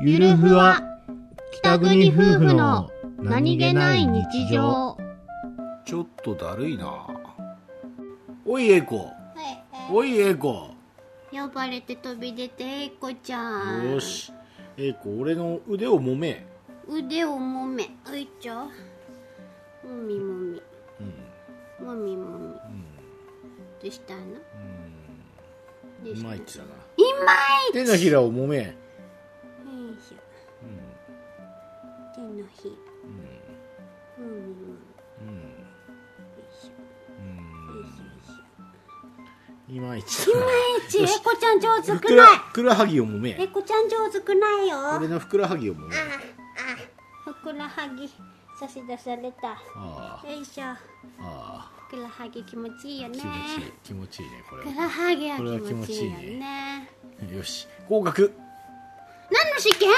ゆるふわ北国夫婦のちょっとだるいなおい英子おい英子呼ばれて飛び出てえいこちゃんよし英子俺の腕を揉め腕をもめおいちょもみもみもみもみどうしたのどううんいしたまのいちだな今手のひらを揉めよいしょ手のひもみもみよいしょよいしょよいしょいまいちだなちえこちゃん上手ふくくならいふくらはぎを揉えめこちゃん上手くないよあ俺のふくらはぎを揉めふくらはぎ差し出されたあよいしょああふくらはぎ気持ちいいよあね気持ちいい気持ちいいねこれふくらはぎはこれは気気持持ちちいいいいねよねよし合格何の試験